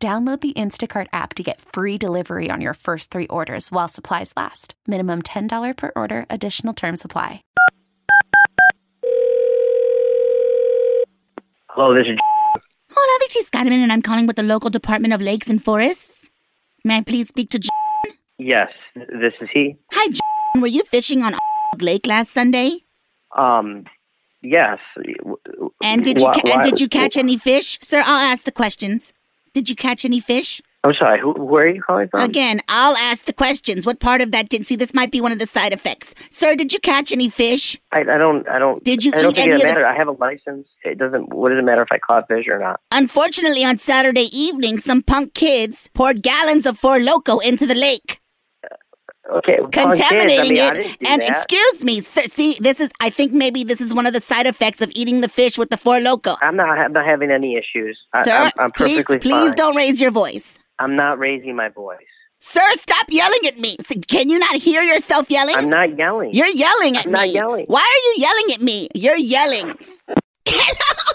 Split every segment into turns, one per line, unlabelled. Download the Instacart app to get free delivery on your first three orders while supplies last. Minimum $10 per order, additional term supply.
Hello, this is.
Hola, this is Carmen, and I'm calling with the local Department of Lakes and Forests. May I please speak to John?
Yes, th- this is he.
Hi, John. Were you fishing on Lake last Sunday?
Um, yes. w- w-
And did you
why-
ca-
why-
and did you catch any fish? Sir, I'll ask the questions. Did you catch any fish?
I'm sorry. Who, where are you calling from?
Again, I'll ask the questions. What part of that did see this might be one of the side effects. Sir, did you catch any fish?
I, I don't. I don't.
Did you
I don't
eat
think
any
it
of the-
matters. I have a license. It doesn't. What does it matter if I caught fish or not?
Unfortunately, on Saturday evening, some punk kids poured gallons of Four Loco into the lake,
Okay. well, calling kids, I
contaminating
mean, I
it.
didn't do
And
that.
excuse me, sir, see, this is, I think maybe this is one of the side effects of eating the fish with the Four Loco.
I'm not. I'm not having any issues.
sir,
I, I'm, I'm
please,
perfectly
please
fine.
don't raise your voice.
I'm not raising my voice.
Sir, stop yelling at me. S- Can you not hear yourself yelling?
I'm not yelling.
You're yelling at
I'm
me.
not yelling.
Why are you yelling at me? You're yelling. Hello.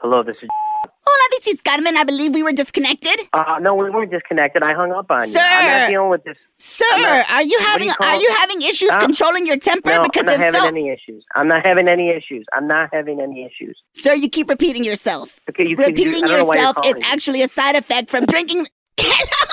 Hello, this is.
Hola, this is Carmen. I believe we were disconnected.
Uh, no, we weren't disconnected. I hung up on you. I'm
Sir.
not dealing with this.
Sir,
not-
are you
do
having
you call-
are you having issues
Uh,
controlling your temper?
No,
because
I'm not
if
having
so,
any issues. I'm not having any issues. I'm not having any issues.
sir, you keep repeating yourself.
Okay, you keep- you-
repeating
I don't know why you're
yourself is
calling.
actually a side effect from drinking. Hello.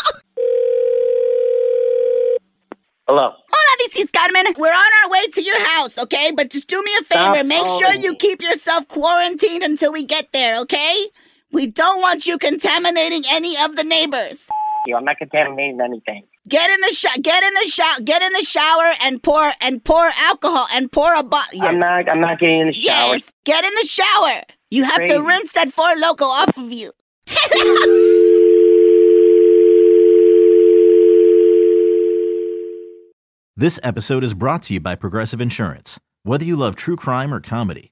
Hello.
Hola, this is Carmen. We're on our way to your house, okay? But just do me a
Stop
favor. Make sure
calling
you
me.
keep yourself quarantined until we get there, okay? We don't want you contaminating any of the neighbors.
you. I'm not contaminating anything.
Get in the sho- get in the shower, get in the shower and pour and pour alcohol and pour a bottle.
I'm not. I'm not getting in the shower.
Yes, get in the shower. You have
Crazy.
to rinse that four loco off of you.
This episode is brought to you by Progressive Insurance. Whether you love true crime or comedy,